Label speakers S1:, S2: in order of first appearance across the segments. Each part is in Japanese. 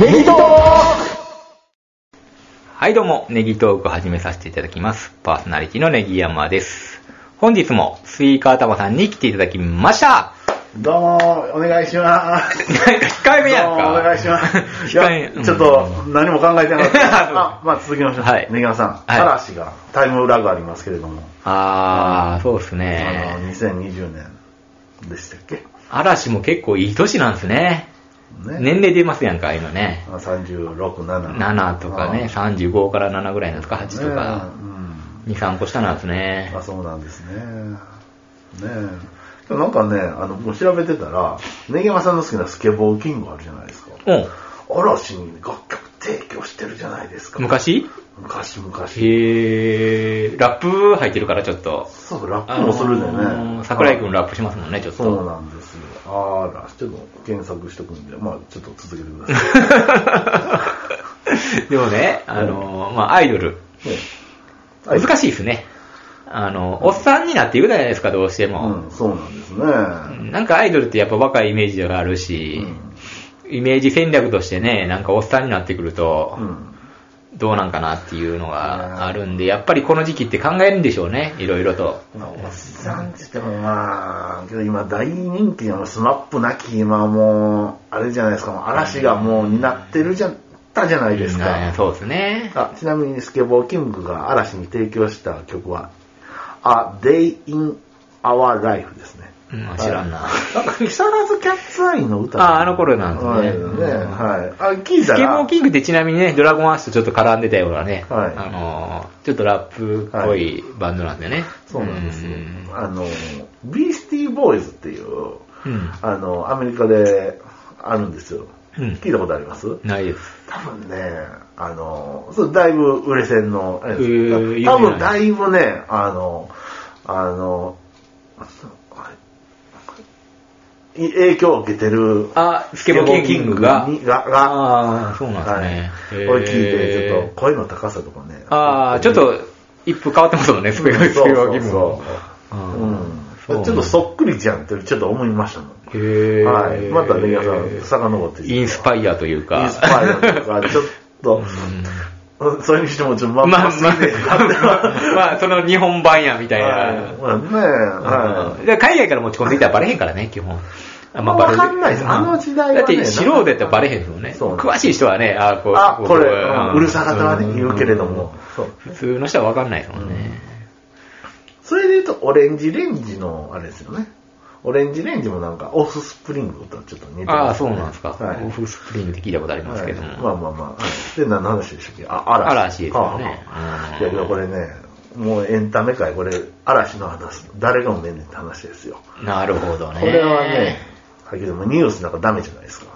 S1: ネギトー
S2: はいどうも、ネギトーク始めさせていただきます。パーソナリティのネギ山です。本日もスイカ頭さんに来ていただきました
S1: クどうも、お願いします。
S2: なんか控えめやん
S1: どう
S2: か。
S1: もお願いします。い
S2: 控えめ。
S1: や、ちょっと何も考えてなかっ
S2: あ
S1: た。あ、まあ続きましょう。
S2: はい
S1: ネギマさん、
S2: い
S1: 嵐がタイムラグありますけれども、
S2: あー、そうです
S1: あの、
S2: ね。
S1: 2020年でしたっけ
S2: 嵐も結構いい年なんですね。
S1: ね
S2: 年齢出ますやんか、今ね。
S1: あ36、7。
S2: 7とかね、
S1: あ
S2: 35から7ぐらいなんですか、
S1: あ
S2: 8とか。
S1: ねうん
S2: 2、3個下なんですね
S1: あ。そうなんですね。ねえ。なんかね、あの、僕調べてたら、ネギマさんの好きなスケボーキングあるじゃないですか。
S2: うん。
S1: 嵐に楽曲提供してるじゃないですか。
S2: 昔
S1: 昔昔。
S2: へー、ラップ入ってるからちょっと。
S1: そう、ラップもするでね。
S2: 桜井くんラップしますもんね、ちょっと。
S1: そうなんですよ。あら、ちょっと検索しとくんで、まあちょっと続けてください。
S2: でもね、あの、まあ、アイドル。
S1: ねはい
S2: 難しいですね。あの、おっさんになっていくじゃないですか、どうしても。
S1: うん、そうなんですね。
S2: なんかアイドルってやっぱ若いイメージがあるし、イメージ戦略としてね、なんかおっさんになってくると
S1: う、ん。
S2: どうなんかなっていうの
S1: う
S2: が
S1: ん
S2: あるんで、やっぱりこの時期って考えるんでしょうね、いろいろと。
S1: まあ、おっさんって言ってもまあ、けど今大人気のスマップなき今もう、あれじゃないですか、もう嵐がもう担ってるじゃ、ったじゃないです
S2: うん
S1: か。
S2: そうですね。
S1: あちなみにスケボーキングが嵐に提供した曲は、A Day in Our Life ですね。
S2: うん知らんな
S1: はいなんか、木更津キャッツアイの歌
S2: ああの頃なんですね
S1: はい
S2: うん
S1: はい。あ、聞い
S2: ス
S1: た
S2: ケボ
S1: ら
S2: ーキングってちなみにね、ドラゴンアッシュとちょっと絡んでたようなね、
S1: はい
S2: あのー、ちょっとラップっぽいバンドなんでね。
S1: そうなんですよ
S2: うん。
S1: あの、ビースティーボーイズっていう、
S2: うん
S1: あの、アメリカであるんですよ。
S2: うん
S1: 聞いたことあります
S2: ないです。
S1: 多分ね、あの、そうだいぶ売れ線の、あれです
S2: へー
S1: 多
S2: 有名
S1: 分
S2: な
S1: だいぶね、あの、あの、い影響を受けてる。
S2: あスケボーキングが
S1: スケボーキングにが、が、
S2: ああ、そうなんです
S1: は
S2: ね。
S1: い。
S2: へー
S1: これ聞いて、ちょっと声の高さとかね。
S2: ああ、ちょっと一風変わってますもんね、ス
S1: ス
S2: ペガスペガキ
S1: う
S2: ム
S1: そ
S2: もあ
S1: うそう。
S2: ー
S1: う
S2: そ
S1: ん。
S2: う
S1: ちょっとそっくりじゃんって、ちょっと思いましたもん。
S2: へー
S1: はい。またね、皆さん、遡って。
S2: インスパイアというか。
S1: インスパイアとか、ちょっと、それにしても、ちょっとま
S2: ま
S1: あ
S2: あま
S1: ま
S2: あ
S1: あ、まあ、
S2: まあ、その日本版やみたいな。
S1: まあね、は
S2: う
S1: い。
S2: んで海外から持ち込んでいたらバレへんからね、基本。あ
S1: まあ
S2: バレる
S1: わかんないですあの時代はね
S2: だって、素人やったらバレへんですもんね。
S1: そう
S2: 詳しい人はね、あこう
S1: あ、これ、
S2: ん
S1: うるさ方はね、言うけれども。そう
S2: 普通の人はわかんないですもんね。
S1: それで言うと、オレンジレンジの、あれですよね。オレンジレンジもなんか、オフスプリングとちょっと似て
S2: ああ、
S1: ます
S2: そ
S1: ね
S2: うなんですか。
S1: はい
S2: オ。フスプリングって聞いたことありますけども。
S1: はいまあまあまあ。はいで、何の話でしたっけあ、嵐。
S2: 嵐ですよね
S1: ああ
S2: うん
S1: いや、けどこれね、もうエンタメ界、これ、嵐の話、誰がもめんねんって話ですよ。
S2: なるほどね。
S1: これはね、だけどもニュースなんかダメじゃないですか。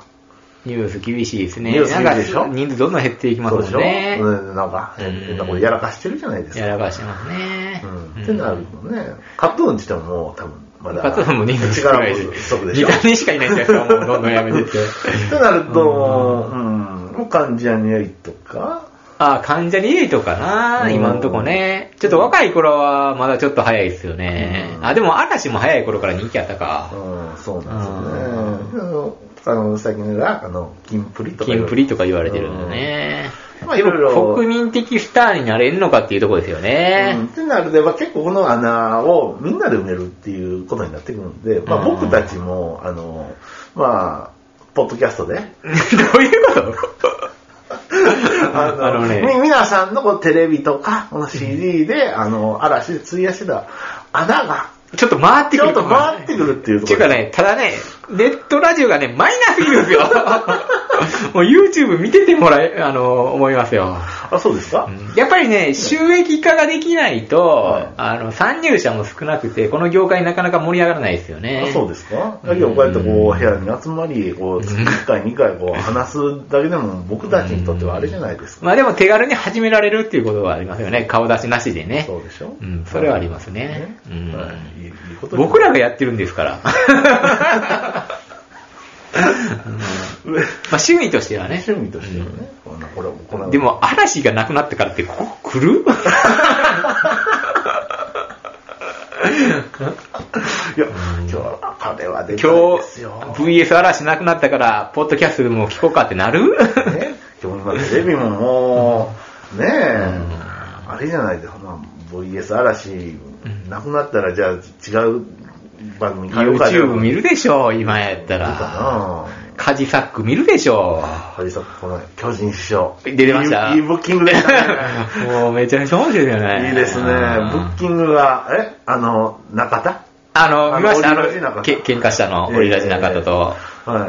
S2: ニュース厳しいですね。
S1: ニュース厳しいでしょ
S2: なんか人数どんどん減っていきます
S1: そう
S2: も
S1: でし
S2: ん
S1: ょ
S2: ね。
S1: うんなんか、変なことやらかしてるじゃないです
S2: や
S1: か。
S2: らかしてますね。
S1: うん。ってなるとね、カトゥーンしてももう多分、まだ。
S2: カツオも人数少
S1: 力
S2: ないし
S1: も不足、でし
S2: ギ
S1: ょ。
S2: ターにしかいないんですよ、 もうどんどんやめてって。
S1: ってなると、うん、もう関ジャニエイとか、
S2: ああ、関ジャニエイトかな、
S1: うん
S2: 今んとこね。ちょっと若い頃はまだちょっと早いですよね。
S1: うん
S2: あ、でも嵐も早い頃から人気あったか。
S1: うん、そうなんですよね。あのあの、最近が、あの、キンプリとか。
S2: キンプリとか言われてるんだね。
S1: うん。まあ、い
S2: で
S1: ろい
S2: も
S1: ろ。
S2: 国民的スターになれるのかっていうところですよね。
S1: うんってなるで、まあ、結構この穴をみんなで埋めるっていうことになってくるんで、まあ、
S2: うん
S1: 僕たちも、あの、まあ、ポッドキャストで、
S2: どういうこと
S1: あの
S2: あのね
S1: み皆さんのこうテレビとか、この CD で、あの、嵐で費やしてた穴が、
S2: ちょっと回って
S1: ち
S2: く
S1: ょっ
S2: る
S1: と回ってくるっていうところ
S2: っていうかね、ただね、ネットラジオがね、マイナーすぎるんです よ。もう YouTube 見ててもらえ、あの、思いますよ。
S1: あ、そうですか、
S2: やっぱりね、収益化ができないと、
S1: はい
S2: あの、参入者も少なくて、この業界なかなか盛り上がらないですよね。
S1: あそうですかだけどこうやってこう部屋に集まり、こう月1回2回こう話すだけでも僕たちにとってはあれじゃないですか。
S2: まあでも手軽に始められるっていうことがありますよね。顔出しなしでね。
S1: そうでしょ
S2: うん、それはありますね。うん
S1: はいいいいいことです
S2: 僕 らがやってるんですから。 まあ趣味としてはね。
S1: 趣味としてはね、こんなこれこんな
S2: でも、嵐がなくなってからって、ここ来 る
S1: いや、今日は彼はできたん
S2: 今
S1: ですよ。
S2: 日、VS 嵐なくなったから、ポッドキャストでも聞こうかってなる
S1: ねうん、まあ、テレビももう、ねえ、あれじゃないですか、まあ、VS 嵐、なくなったら、じゃあ違う番組変えようか
S2: YouTube 見る
S1: で
S2: でしょ、今やった。
S1: 見るから
S2: カジサック見るでしょ。
S1: な。ハリソン、この巨人師匠。
S2: 出てました
S1: いいいいブッキング でしたね。
S2: もうめちゃめちゃ面白いじゃない
S1: いいですね。ブッキングが、えあの、中田
S2: あの、見ました、あ
S1: あ
S2: の
S1: のオリラジなか、った
S2: け喧嘩したの、
S1: ええ
S2: オリラジなかったと、
S1: はい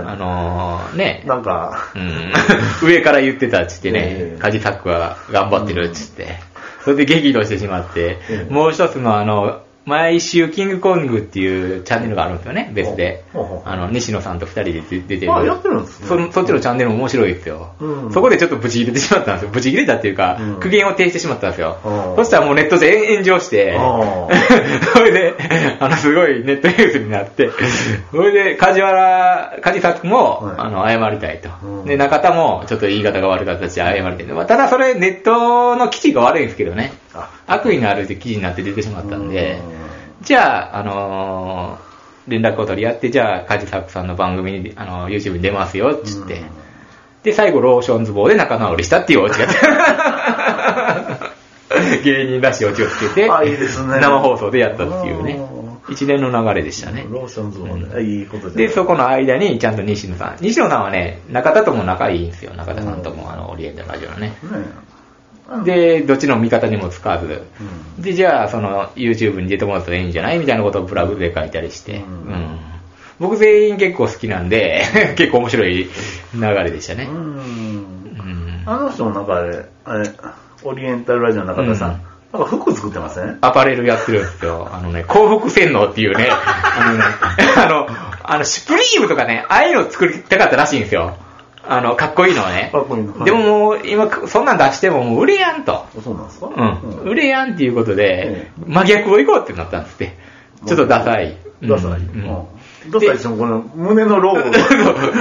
S2: あのーね、
S1: なんか
S2: う、ん、上から言ってたっつってね
S1: え、え
S2: カジサックは頑張ってるっつって、それで激怒してしまって、
S1: ええ
S2: もう一つのあの、毎週キングコングっていうチャンネルがあるんですよね、別で
S1: ほうほうほ。う
S2: あの、西野さんと二人で出てる。
S1: あやってるんですね
S2: そのそっちのチャンネルも面白いですよ。
S1: うん
S2: そこでちょっとブチ切れてしまったんですよ。ブチ切れたっていうか、
S1: うん
S2: 苦言を呈してしまったんですよ。
S1: うん
S2: そしたらもうネットで炎上して、
S1: あ
S2: それで、あの、すごいネットニュースになって、それで、梶原、梶作も、
S1: はい
S2: あの、謝りたいと。
S1: うん
S2: で、中田も、ちょっと言い方が悪かったし、謝りたいと。まあ、ただそれ、ネットの基地が悪いんですけどね。
S1: あ
S2: 悪意のある記事になって出てしまったんで、
S1: う
S2: じゃあ、あのー連絡を取り合って、じゃあ、梶作さんの番組に、あの、YouTube に出ますよ、っつって。
S1: うん
S2: で、最後、ローションズ棒で仲直りしたっていうオチがあって。芸人らしいオチをつけて、
S1: あいいですね
S2: 生放送でやったっていうね
S1: う。
S2: 一連の流れでしたね。
S1: ローションズもね、いいことじゃない
S2: で、そこの間に、ちゃんと西野さん。西野さんはね、中田とも仲いいんですよ。中田さんとも、あの、オリエンタルラジオのね。
S1: ねうん
S2: で、どっちの味方にもつかず。
S1: うん
S2: で、じゃあ、その、YouTube に出てもらったらいいんじゃないみたいなことをブログで書いたりして。
S1: うん
S2: うん僕全員結構好きなんで、 結構面白い流れでしたね。
S1: うん
S2: うん
S1: あの人もなんかあれ、あれ、オリエンタルラジオの中田さん、なんか服作ってません、
S2: アパレルやってるんですよ。あのね、幸福洗脳っていう ね、あのね、あの、あの、シュプリームとかね、ああいうのを作りたかったらしいんですよ。あの、かっこいいのをね。
S1: かっこいいのはい
S2: でももう、今、そんなん出してももう売れやんと。
S1: そうなんですか
S2: うん。売れやんっていうことで、真逆を行こうってなったんですって。ちょっとダサい。うん
S1: ダサい。
S2: うん
S1: うん。ダサいし、この胸のロゴが。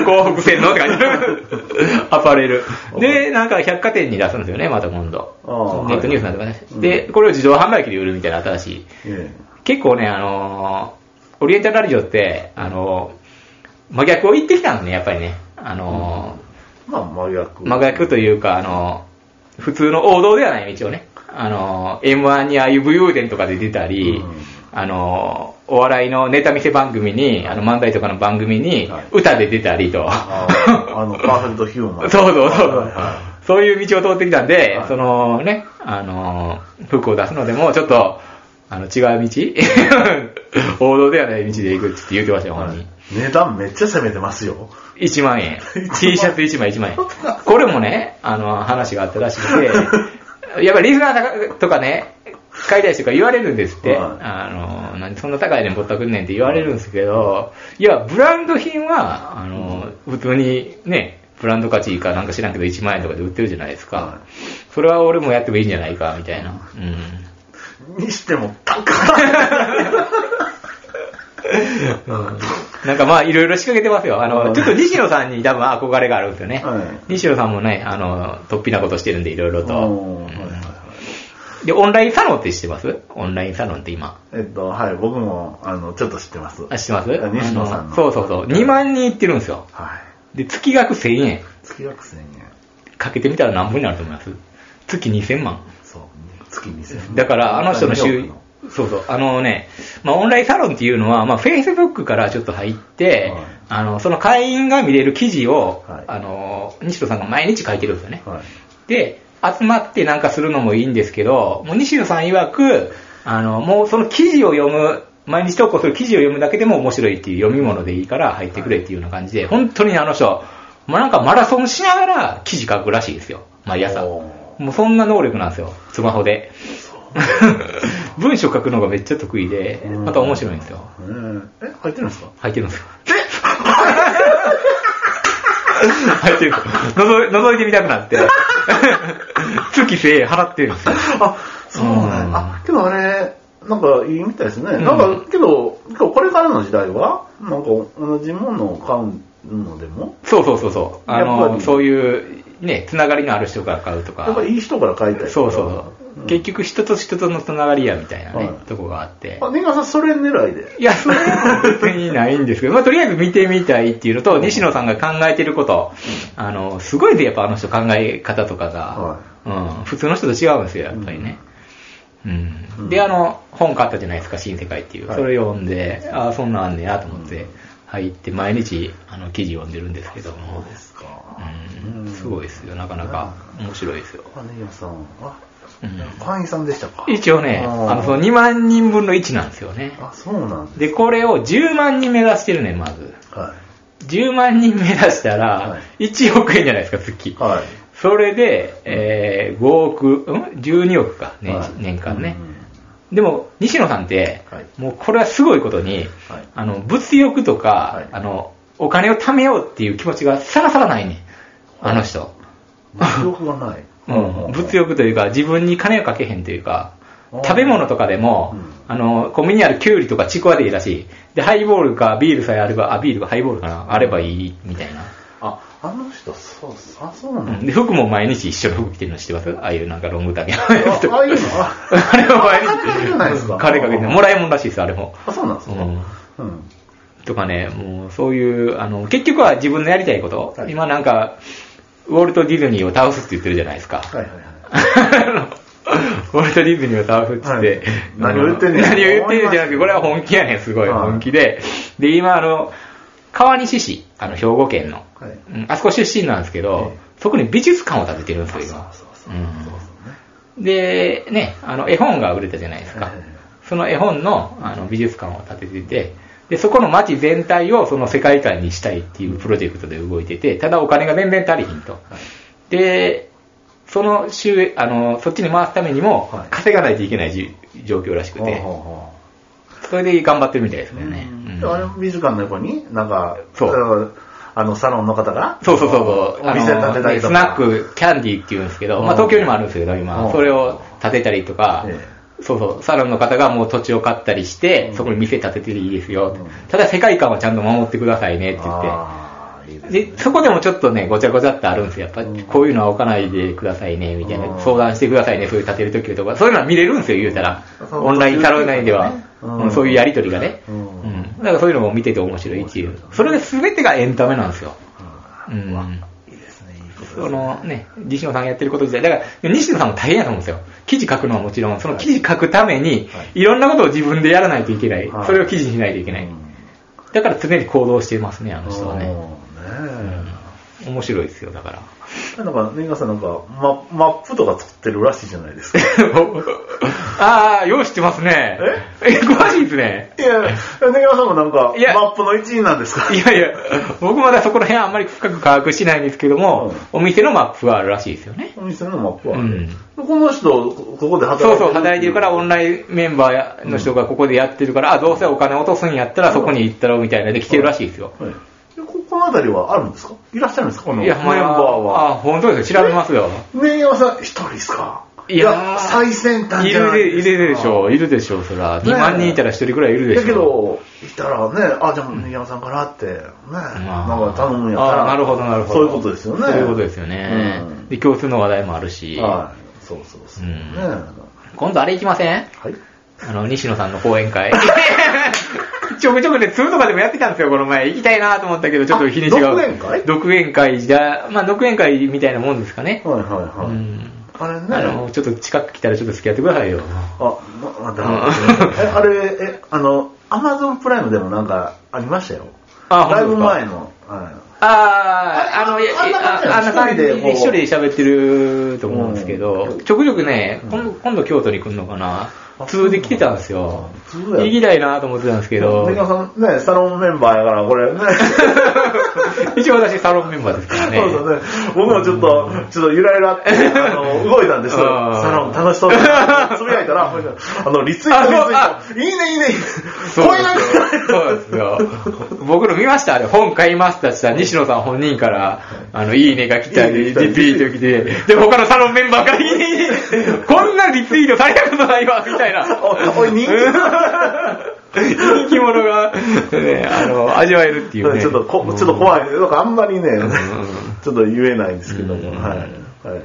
S2: 幸福洗脳って感じ。 アパレル。で、なんか百貨店に出すんですよね、また今度
S1: あ。あ
S2: ネットニュースなんとかね
S1: は。い
S2: で、これを自動販売機で売るみたいな新しい。
S1: え
S2: 結構ね、あのーオリエンタルラジオって、あのー真逆を言ってきたのね、やっぱりね。あの
S1: えまあ、真
S2: ー
S1: 逆。
S2: 真逆というか、あのー普通の王道ではない道をね。あのー M1 にああいう武勇伝とかで出たり、
S1: うん
S2: あのーお笑いのネタ見せ番組に、あの漫才とかの番組に
S1: はい、
S2: 歌で出たりと。
S1: あああ の、パーフェクトヒューマン。
S2: そうそうそうそう、
S1: はいは
S2: そういう道を通ってきたんで、
S1: はい
S2: そのね、あのー、服を出すのでも、ちょっと、あの、違う道王道 ではない道で行くって言ってましたよ、本人。
S1: い値段めっちゃ攻めてますよ。
S2: 1万円。T シャツ1枚1万円。これもね、あの、話があったらしくて、やっぱりリスナーとかね、買いたい人が言われるんですって、
S1: はい
S2: あの、なんでそんな高いねんぼったくんねんって言われるんですけど、いや、ブランド品は、あの、普通にね、ブランド価値かなんか知らんけど1万円とかで売ってるじゃないですか。
S1: は
S2: それは俺もやってもいいんじゃないか、みたいな。うん。
S1: にしても高い。
S2: なんかまあ、いろいろ仕掛けてますよ。あ
S1: う
S2: の、
S1: ん
S2: ちょっと西野さんに多分憧れがあるんですよね。
S1: はい
S2: 西野さんもね、あの、突飛なことしてるんで、いろいろ
S1: うん
S2: と
S1: はい。はいはい
S2: で、オンラインサロンって知ってますオンラインサロンって今。
S1: えっと、はい、僕も、あの、ちょっと知ってます。
S2: あ、知ってます
S1: 西野
S2: あ
S1: さん
S2: の
S1: の。
S2: そうそうそう。2万人いってるんですよ。
S1: はい。
S2: で、月額1000円。
S1: 月額1000円。
S2: かけてみたら何分になると思います月2000万。
S1: そう。月2000円。
S2: だから、あの人の
S1: 収
S2: 収
S1: 入
S2: そうそう、あのね、まあ、オンラインサロンっていうのは、まあ、Facebook からちょっと入って、
S1: はい
S2: あの、その会員が見れる記事を、
S1: はい
S2: あの、西野さんが毎日書いてるんですよね。
S1: はい。
S2: で、集まってなんかするのもいいんですけど、もう西野さん曰く、あの、もうその記事を読む、毎日投稿する記事を読むだけでも面白いっていう読み物でいいから入ってくれっていうような感じで、本当にねあの人、まあ、なんかマラソンしながら記事書くらしいですよ。毎朝。
S1: お
S2: もうそんな能力なんですよ。スマホで。 文章書くのがめっちゃ得意で、
S1: うん
S2: また面白いんですよ。
S1: うんえ、入ってるんですか
S2: 入ってるんですよ。 入ってるんですよ。覗い覗いてみたくなって。 月1000円払ってるんですよ。
S1: あ、そうな
S2: うんん
S1: だ。あ、けどあれ、なんかいいみたいですね。
S2: ん
S1: なんか、けど、けどこれからの時代は、なんか同じものを買うのでも、
S2: そうそうそうそう。あ
S1: やっぱ
S2: の、
S1: り
S2: そういう、ね、つながりのある人が買うとか。
S1: やっぱいい人から買いたいから。
S2: そうそう結局人と人とのつながりやみたいなね、
S1: はい
S2: とこがあって。
S1: あ、ネガさん、それ狙いで。
S2: いや、それは別にないんですけど、まあ、とりあえず見てみたいっていうのと、西野さんが考えてること、あの、すごいで、やっぱあの人考え方とかが、うん、普通の人と違うんですよ、やっぱりね。うん
S1: うん
S2: で、あの、本買ったじゃないですか、新世界っていう。
S1: はい
S2: それ読んで、ああ、そんなんあんねやと思って、入って、毎日、あの、記事読んでるんですけども。
S1: すか
S2: うん、すごいですよ、なかなか面白いですよ。
S1: あ、ネガさん、あ、
S2: うん
S1: 会員さんでしたか
S2: 一応ね、
S1: あー
S2: あの、その2万人分の1なんですよね。
S1: あ、そうなんで
S2: で、これを10万人目指してるね、まず。
S1: す。は
S2: 10万人目指した
S1: は
S2: ら、1億円じゃないですか、月
S1: い。。はい。
S2: それで、えー、5億、うん ?12 億か、年,、
S1: はい
S2: 年間ね
S1: う。ん
S2: でも、西野さんって、
S1: はい
S2: もうこれはすごいことに、
S1: はい
S2: あの、物欲とか、
S1: はい
S2: あの、お金を貯めようっていう気持ちがさらさらないね。あの人。
S1: 物欲がない。
S2: うん物欲というか、自分に金をかけへんというか、
S1: うん
S2: 食べ物とかでも
S1: うん、
S2: あの、コンビニにあるキュウリとかちくわでいいらしい。で、ハイボールかビールさえあれば、あ、ビールかハイボールかな、あればいい、みたいな。
S1: あ、あの人、そう、あ、そうな
S2: うんんで、服も毎日一緒の服着てるの知ってますああいうなんかロング丈のやつと
S1: あ
S2: か
S1: ああいうのあ
S2: あれは毎日。
S1: 金かけてないですか
S2: 金かけてないもらいもんらしいです、あれも。
S1: あ、そうなんです
S2: う
S1: か
S2: ん
S1: うん。
S2: とかね、もうそういう、あの、結局は自分のやりたいこと、
S1: はい
S2: 今なんか、ウォルト・ディズニーを倒すって言ってるじゃないですか。
S1: はいはいは
S2: あの
S1: い。
S2: ウォルト・ディズニーを倒すっつって、
S1: はい
S2: うん
S1: 何を言ってんね ん
S2: 何を言ってんねんじゃなくて、これは本気やねん、すごい、
S1: はい
S2: 本気で。で、今、あの、川西市、あの、兵庫県の、
S1: はい。
S2: うんあそこ出身なんですけど
S1: え、
S2: そこに美術館を建ててるんですよ、
S1: そう
S2: 今。
S1: そうそう。
S2: うん
S1: そう
S2: で、ね、あの、絵本が売れたじゃないですか
S1: ええ。
S2: その絵本のあの美術館を建ててて、で、そこの街全体をその世界観にしたいっていうプロジェクトで動いてて、ただお金が全然足りひんと。で、その収あの、そっちに回すためにも
S1: はい、
S2: 稼がないといけないじ状況らしく
S1: そうね。
S2: て、
S1: ほうほうほ
S2: それで頑張ってるみたいです
S1: う
S2: よね。うん
S1: あれ、美術館の横に、なんか、
S2: そう
S1: う。あの、サロンの方が、
S2: そうそうそうそう。
S1: お店建てたりとか
S2: スナック、キャンディーって言うんですけど、まあ東京にもあるんですけど、
S1: う
S2: 今。
S1: ん
S2: それを建てたりとか
S1: え、
S2: そうそう、サロンの方がもう土地を買ったりして
S1: う、ん
S2: そこに店建てていいですよ
S1: うん。
S2: ただ世界観はちゃんと守ってくださいねって言っ
S1: あーいいですね
S2: て。で、そこでもちょっとね、ごちゃごちゃってあるんですよ。やっぱ
S1: うん
S2: こういうのは置かないでくださいね、みたいうな。
S1: ん
S2: 相談してくださいね、そういう建てる時とか。そういうのは見れるんですよ、言うたら。
S1: そう
S2: オンラインサロン内では。
S1: うん
S2: うんそういうやりとりがね。う
S1: うん
S2: ん。だからそういうのも見てて面白いっていう。それが全てがエンタメなんですよ。うん。
S1: いいですね、いいことですね
S2: そのね、西野さんがやってること自体、だから西野さんも大変やと思うんですよ。記事書くのはもちろん、その記事書くために
S1: はい、
S2: いろんなことを自分でやらないといけない。
S1: はい
S2: それを記事にしないといけない。
S1: うん
S2: だから常に行動してますね、あの人はね。
S1: そう
S2: うん面白いですよ、だから。
S1: えなんか、ネガさんなんか、ママップとか作ってるらしいじゃないですか。い
S2: あー、よう知ってますね。え、詳しいですね。
S1: や、ネガさんもなんか
S2: いや、
S1: マップの一員なんですか
S2: いやいや、僕まだそこら辺はあんまり深く把握しないんですけども、お店のマップはあるらしいですよね。
S1: お店のマップ
S2: う
S1: は。
S2: ん。
S1: この人、ここで働いて
S2: そ
S1: る。
S2: うそう、働いてるから、オン
S1: ラ
S2: ラインメンバーの人がここでやってるから、あ、どうせお金落とすんやったら、そこに行ったろ、みたいなで来てるらしいですよ。
S1: イン。でここの辺りはあるんですかいらっしゃるんですかこの
S2: い
S1: メ
S2: や、
S1: ンバー
S2: まああ、
S1: は。
S2: 本当ですよ。調べますよ。
S1: ネガさん、一人ですか
S2: いやー
S1: 最先端
S2: い
S1: じゃ
S2: る
S1: ない
S2: で、
S1: で
S2: いるで
S1: すか
S2: しょう、いるでしょう、そら。
S1: ね
S2: 2万人いたら1人くらいいるでしょ
S1: だ
S2: う。
S1: け、ど、いたらね、あ、じゃあ、ネガさんからって、ね、なんか頼むんやったら。
S2: あなるほど、なるほど。
S1: そういうことですよね。
S2: そういうことですよね
S1: うん。
S2: で、共通の話題もあるし、
S1: はい。そうそうそう。
S2: うん
S1: ねえは
S2: 今度あれ行きません
S1: い。
S2: あの、西野さんの講演会。 ちょくちょくね、通とかでもやってたんですよ、この前。行きたいなと思ったけど、ちょっと日にちが。
S1: あ独演会
S2: 独演会じゃ、まあ、独演会みたいなもんですかね。
S1: はいはいはい。
S2: うん。
S1: あれね。
S2: あの、ちょっと近く来たらちょっと付き合ってくださいよ。
S1: あ、ままだ。え、あれ、え、あの、アマゾンプライムでもなんかありましたよ。
S2: あ
S1: だいぶ
S2: 本当ですか
S1: 前の。は
S2: ああ、あの、いやあ
S1: あ
S2: あ
S1: ん
S2: ん
S1: な
S2: な
S1: 感
S2: 感
S1: じ
S2: じ
S1: で
S2: で
S1: こう
S2: 一人で喋ってると思うんですけ
S1: う
S2: ど
S1: ん、
S2: ちょくちょくね、今度今度京都に来るのかな
S1: あ。
S2: 通で来てたんですよ。
S1: そうなんだ
S2: 行きたいなと思ってたんです
S1: い。
S2: けど
S1: 関、川さんね、サロンメンバーやから、これね。
S2: 一応私サロンメンバーですからね。
S1: そうそうね。僕もちょっと、ちょっとゆらゆらって、あ の、動いたんですよ。
S2: あー
S1: サロン楽し そうだな。つぶやいたら、あの、リツイート、リ
S2: あ
S1: ツイート。いいね、いいね、いいね。
S2: そう
S1: 声
S2: で
S1: なん
S2: すよ。そうですよ。僕の見ましたあれ、本買いましたってしたら西野さん本人から、あの、いいねが来た
S1: いいね
S2: り、
S1: が来たり
S2: リピート来て、で、他のサロンメンバーから、いいね、いい ね、こんなリツイートされたことないわ、みたいな。
S1: おおい、人気
S2: 人気者が、ね、あの、味わえるっていうね。
S1: ちょっとこ、 ちょっと怖い。なんかあんまりね、ちょっと言えないんですけども、
S2: うん
S1: はい。はい。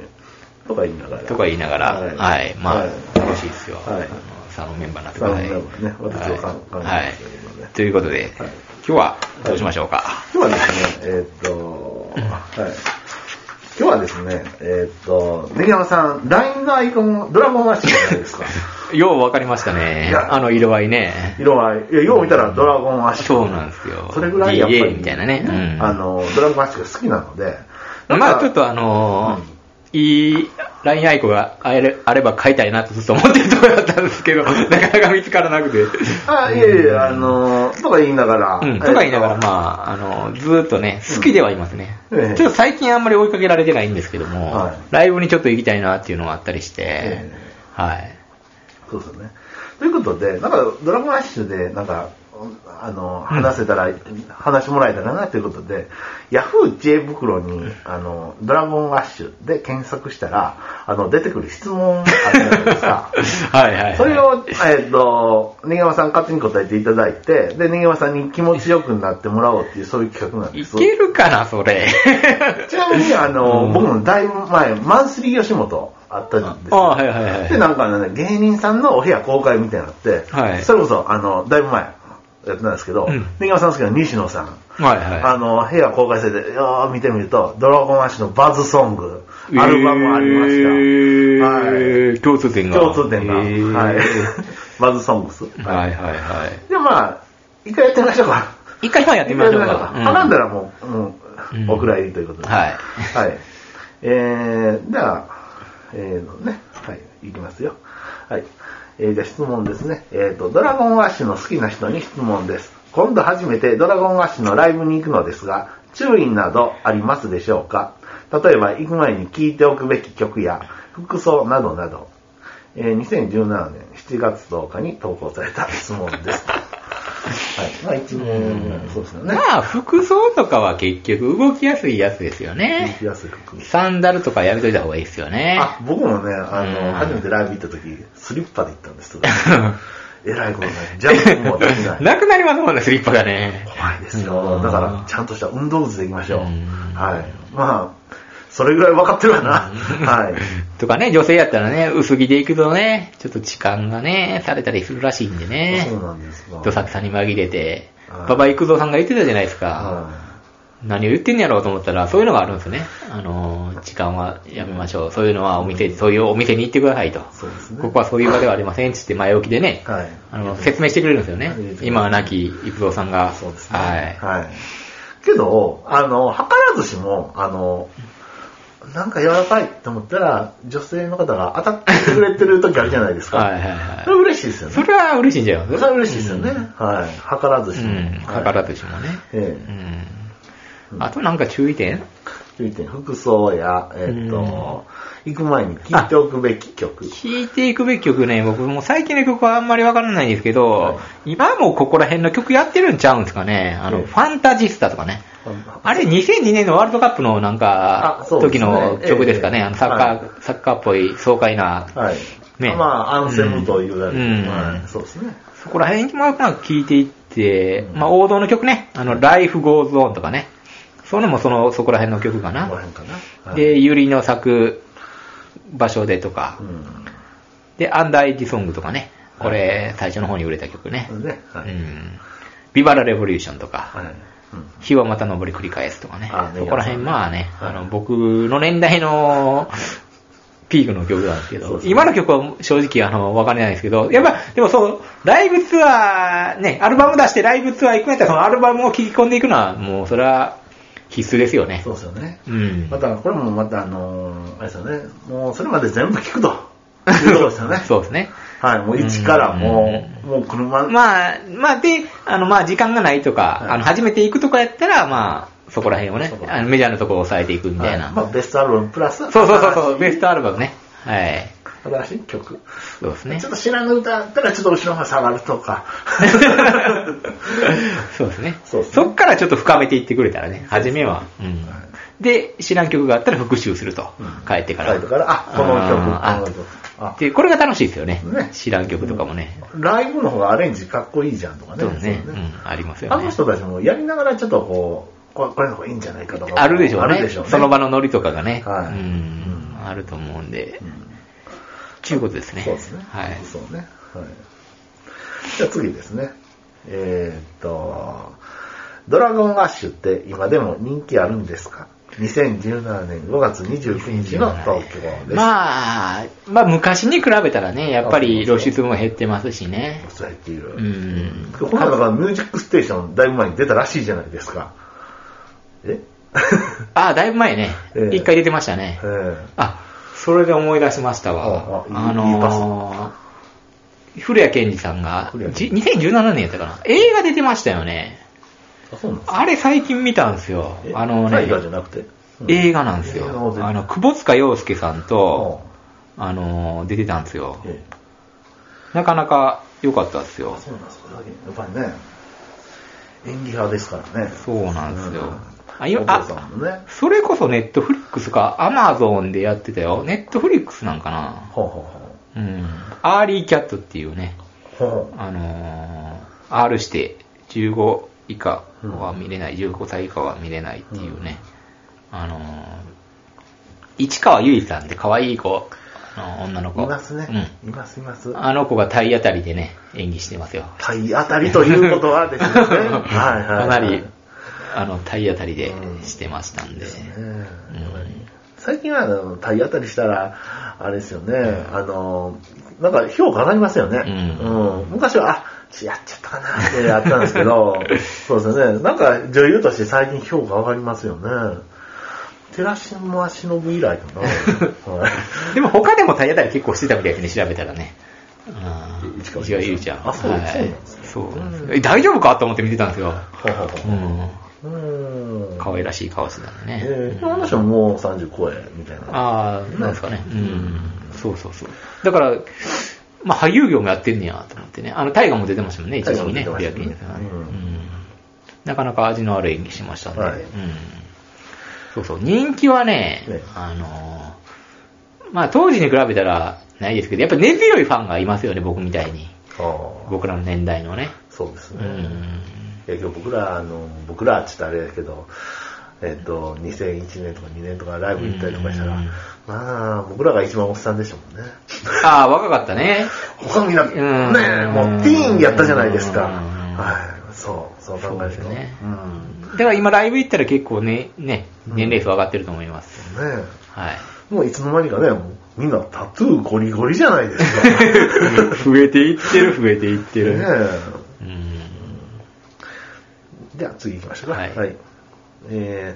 S1: とか言いながら。
S2: とか言いながら、はい、まあ、楽しいですよ。
S1: はい
S2: あのサロンメンバーになってく
S1: サ
S2: だ
S1: ロン
S2: さい。
S1: メンバーね私は関関係
S2: は
S1: ないいですけど
S2: は
S1: ね
S2: いということで、今日はどうしましょうか。
S1: 今日はですね、えーっと、はい。今日はですね、えーっと、根山さん、LINE のアイコン、ドラゴンらしいじゃな いですか。
S2: よう分かりましたね
S1: い。や
S2: あの色合いね。
S1: 色合い。いや、よう見たらドラゴンアッシュ。
S2: そうなんですよ。
S1: それぐらいやっぱり、
S2: DA みたいなね。うん
S1: あの、ドラゴンアッシュが好きなので、なんか
S2: まあちょっとあのーいい LINE アイコンがあれあれば書いたいなとずっと思ってるところだったんです けど、なかなか見つからなくて。
S1: あ、いえいえ、あの、とか言いながら、
S2: うん、とか言いながら、まあ、
S1: あ、
S2: あの、ずーっとね、好きではいますね。
S1: ええ
S2: ちょっと最近あんまり追いかけられてないんですけども、
S1: はい
S2: ライブにちょっと行きたいなっていうのがあったりして、
S1: ええ
S2: はい。
S1: そうですよね。ということで、なんか、ドラゴンアッシュで、なんか、あの、話せたら、話もらえたらなということで、ヤフー知恵袋に、あの、ドラゴンアッシュで検索したら、あの、出てくる質問あるじゃないですか。
S2: はいはい、はい。
S1: それを、えっ、と、根山さん勝手に答えていただいて、で、根山さんに気持ちよくなってもらおうっていう、そういう企画なんで
S2: い
S1: す。
S2: けるかな、そ れ。
S1: ちなみに、あの、
S2: うん
S1: 僕のだいぶ前、マンスリー吉本あったんです
S2: あ
S1: よ。
S2: はいはいはい。
S1: で、なんかね、芸人さんのお部屋公開みたいになって、
S2: はい
S1: それこそ、あの、だいぶ前やったんですけど、
S2: うん
S1: 根山さんですけど、西野さん、
S2: はいはい。
S1: あの、部屋公開してて、よー見てみると、ドラゴンアッシュのバズソング、アルバムありました。
S2: えー共通点が。
S1: 共通点が、
S2: えー
S1: はい。 バズソングス。
S2: はいはいはい。
S1: で、まあ、一回やってみましょうか。
S2: 一回半やってみましょうか。う
S1: 絡んだらもう、もう
S2: うん
S1: お蔵入りということで。
S2: はい
S1: はい。えー、じゃあ、えーのね、はい、いきますよ。はい。えー、じゃあ質問ですね。えーと、ドラゴンアッシュの好きな人に質問です。今度初めてドラゴンアッシュのライブに行くのですが、注意などありますでしょうか例えば、行く前に聴いておくべき曲や、服装などなど、えー2017年7月10日に投稿された質問です。はい。まあ、一問、そうですよね。
S2: まあ、服装とかは結局動きやすいやつですよね
S1: 行。きやすい服
S2: サンダルとかやめといた方がいいですよね。
S1: あ、僕もね、あ
S2: うん
S1: の、初めてライブ行った時、スリッパで行った んです。えらいことない。ジャンプもできな い。
S2: なくなりますもんね、スリッパがね。
S1: 怖いです
S2: う
S1: よ。
S2: ん
S1: だから、ちゃんとした運動靴で行きましょう。
S2: うん
S1: はい。まあ、それぐらい分かってるわな。 はい。
S2: とかね、女性やったらね、薄着で行くとね、ちょっと痴漢がね、されたりするらしいんでね。
S1: そうなんですよ
S2: どさくさに紛れて
S1: は。い
S2: 馬場育三さんが言ってたじゃないですか。
S1: は
S2: 何を言ってんやろうと思ったら、そういうのがあるんですね。あのー、時間はやめましょう。そういうのはお店、そういうお店に行ってくださいと。
S1: そうですね
S2: ここはそういう場ではありませんってって前置きでね、
S1: はい
S2: あの、説明してくれるんですよね
S1: はい。
S2: 今は亡き育三さんが。
S1: い。そうですね。
S2: はい。
S1: はい。けど、あの、図らずしも、あの、なんか柔らかいと思ったら、女性の方が当たってくれてる時あるじゃないですか。
S2: はいはいはい
S1: それ嬉しいですよね
S2: そ。れは嬉しいんじゃない
S1: それは嬉しいですよね。はい。図らず
S2: う
S1: しも。
S2: ん、
S1: はい
S2: かからずしもね。
S1: ええ
S2: うん。あとなんか注意点
S1: 注意点、服装や、えっ、と、行く前に聴いておくべき曲。
S2: 聴いていくべき曲ね、僕も最近の曲はあんまりわからないんですけど、
S1: はい
S2: 今もここら辺の曲やってるんちゃうんですかね。あの、
S1: ええ
S2: ファンタジスタとかね。
S1: あ
S2: あれ2002年のワールドカップのなんか
S1: あ、そうで
S2: 時
S1: すね
S2: の曲ですかね。
S1: ええ
S2: あのサッカー、サッカーっぽい爽快な。
S1: はい。
S2: ね
S1: まあ、アンセムというか、
S2: うん
S1: はい、そうですね。
S2: そこら辺もまあ聴いていって、
S1: うん
S2: まあ王道の曲ね。あの、Life Goes On とかね。そういうのもその、そこら辺の曲か
S1: こ
S2: な
S1: の。辺かな。はい、
S2: で、ユリの咲く場所でとか
S1: う、
S2: で、アンダーエッジソングとかね、これ、最初の方に売れた曲ね。
S1: ん。ね、
S2: う
S1: はい。
S2: ん。ビバラレボリューションとか、
S1: はい。うん
S2: 日はまた昇り繰り返すとかね
S1: あ、ね
S2: そこら辺、
S1: いや
S2: まあね、
S1: はい
S2: あの、僕の年代の、 ピークの曲なんですけ
S1: そう
S2: ど、
S1: ですね
S2: 今の曲は正直あの、わかんないですけど、やっぱ、でもそう、ライブツアー、ね、アルバム出してライブツアー行くんやったら、そのアルバムを聴き込んでいくのは、もうそれは必須ですよね
S1: そ。うですよね。
S2: うん。。
S1: また、これもまた、あのーあれですよね。もう、それまで全部聞くと。いうことですよね
S2: そうですね。
S1: はい、もう一からもう、もう車、
S2: まあ、まあ、で、あの、まあ、時間がないとか、
S1: はい
S2: あの、初めて行くとかやったら、まあ、そこら辺をね
S1: そ、こ
S2: あのメジャーのところを抑えていくみたいな。
S1: はいまあ、ベストアルバムプラス、
S2: そうそうそうそう、ベストアルバムね。はい。
S1: 新しい曲。
S2: そうですね
S1: ちょ。っと知らぬ歌だったらちょっと後ろまで下がるとか。
S2: そうですね。
S1: そうですね
S2: そっからちょっと深めていってくれたらね、初めは。うん
S1: は
S2: で、知らん曲があったら復習すると
S1: うん。
S2: 帰ってから。
S1: 帰ってからあこの曲
S2: あー
S1: この曲
S2: あ
S1: あ
S2: で、これが楽しいですよね
S1: ね。
S2: 知らん曲とかもね。
S1: ライブの方がアレンジかっこいいじゃんとかね。
S2: そうですね。う、
S1: そうん
S2: ありますよ
S1: あ
S2: ね。
S1: の人たちもやりながらちょっとこう、これこれの方がいいんじゃないかとか。
S2: あるでしょうね。
S1: あるでしょうね。
S2: その場のノリとかがね。
S1: はい
S2: うん
S1: うん
S2: あると思うんで
S1: うん、
S2: ちゅうことですね。
S1: そうですね。
S2: はい。
S1: そうね。はい。じゃあ次ですね。えーっと、ドラゴンアッシュって今でも人気あるんですか ?2017 年5月29日の東京です。あ、
S2: まあ、まあ昔に比べたらね、やっぱり露出も減ってますしね。
S1: 抑えている。
S2: うん。
S1: この中、ミュージックステーション、だいぶ前に出たらしいじゃないですか。え
S2: あ、だいぶ前ね
S1: え。え
S2: 一回出てましたね
S1: え。え
S2: あ、それで思い出しましたわ。
S1: ああいい
S2: あ
S1: いいパス
S2: のー、古谷健二さんが、
S1: 古谷
S2: じ2017年やったかな。映画出てましたよね。
S1: あ、そうなんですか
S2: あれ最近見たんですよ
S1: え。
S2: あのね
S1: 大、河じゃなくて、うん
S2: 映画なんです
S1: 映画を
S2: よ
S1: 全。部
S2: あの、久保塚洋介さんと、
S1: う
S2: あのー、出てたんですよ
S1: ん。ええ
S2: なかなか良かったですよ
S1: あ。そうなんですか。やっぱりね、演技派ですからね。
S2: そうなんです
S1: うん
S2: よ。あ、
S1: お
S2: 今、
S1: 父さ
S2: あ、
S1: んもね。
S2: それこそネットフリックスか、アマゾンでやってたよ。ネットフリックスなんかな。
S1: ほうほうほう。
S2: うん。アーリーキャットっていうね、
S1: ほうほう
S2: あのー、R して15以下は見れない、15歳以下は見れないっていうね、あのー、市川由衣さんで可愛い子、あの女の子。
S1: いますね。いますいます
S2: うん。。あの子が体当たりでね、演技してますよ。
S1: 体当たりということ はですね。はいはいはい。
S2: かなり
S1: ね、
S2: あの、体当たりでしてましたんで。
S1: えやっぱり最近はあの体当たりしたら、あれですよね、あの、なんか評価上がりますよね。
S2: うん
S1: うん昔は、あ、やっちゃったかなってやったんです けど、そうですよね。なんか女優として最近評価上がりますよね。寺島しのぶ以来か な。はい
S2: でも他でも体当たり結構してたみたいですね、調べたらね。うん
S1: 市川由衣さん
S2: 市川由衣ちゃん。
S1: あそう
S2: はい
S1: そうなんですね
S2: そうなんですよえ大丈夫かと思って見てたんですよ。
S1: ほうほうほう
S2: うん。
S1: うん。
S2: 可愛らしい顔してたんでね。
S1: ええあの人ももう30超え、みたいな。
S2: ああ、なんですかね。うん。そうそうそう。だから、まあ、俳優業もやってんねやと思ってね。あの、大河も出てましたもんね、一時期ね。
S1: 大河も
S2: 古
S1: 出
S2: 谷
S1: て
S2: 健
S1: ました
S2: さん
S1: ね
S2: はね。
S1: うん
S2: うんなかなか味のある演技してましたね。
S1: はい
S2: うん。そうそう。人気はね、
S1: ね
S2: あのーまあ、当時に比べたらないですけど、やっぱ根強いファンがいますよね、僕みたいに。
S1: ああ
S2: 僕らの年代のね。
S1: そうです
S2: う
S1: ね。
S2: ん。
S1: え今日僕ら、あの、僕らって言ったらあれだけど、えっと、2001年とか2年とかライブ行ったりとかしたら
S2: うん、
S1: まあ、僕らが一番おっさんでしたもんね。
S2: ああ、若かったね。
S1: 他みんな、ね
S2: うん
S1: え、もうティーンやったじゃないですか。
S2: うん
S1: はい。そう、そう考えると。
S2: そうですね
S1: うん。ね
S2: だから今ライブ行ったら結構ね、ね、年齢層上がってると思います。はい。
S1: えもういつの間にかね、もうみんなタトゥーゴリゴリじゃないですか。ね
S2: 増えていってる、増えていってる。
S1: え。
S2: うん。
S1: じゃあ次行きましょうか。は。
S2: はいい
S1: え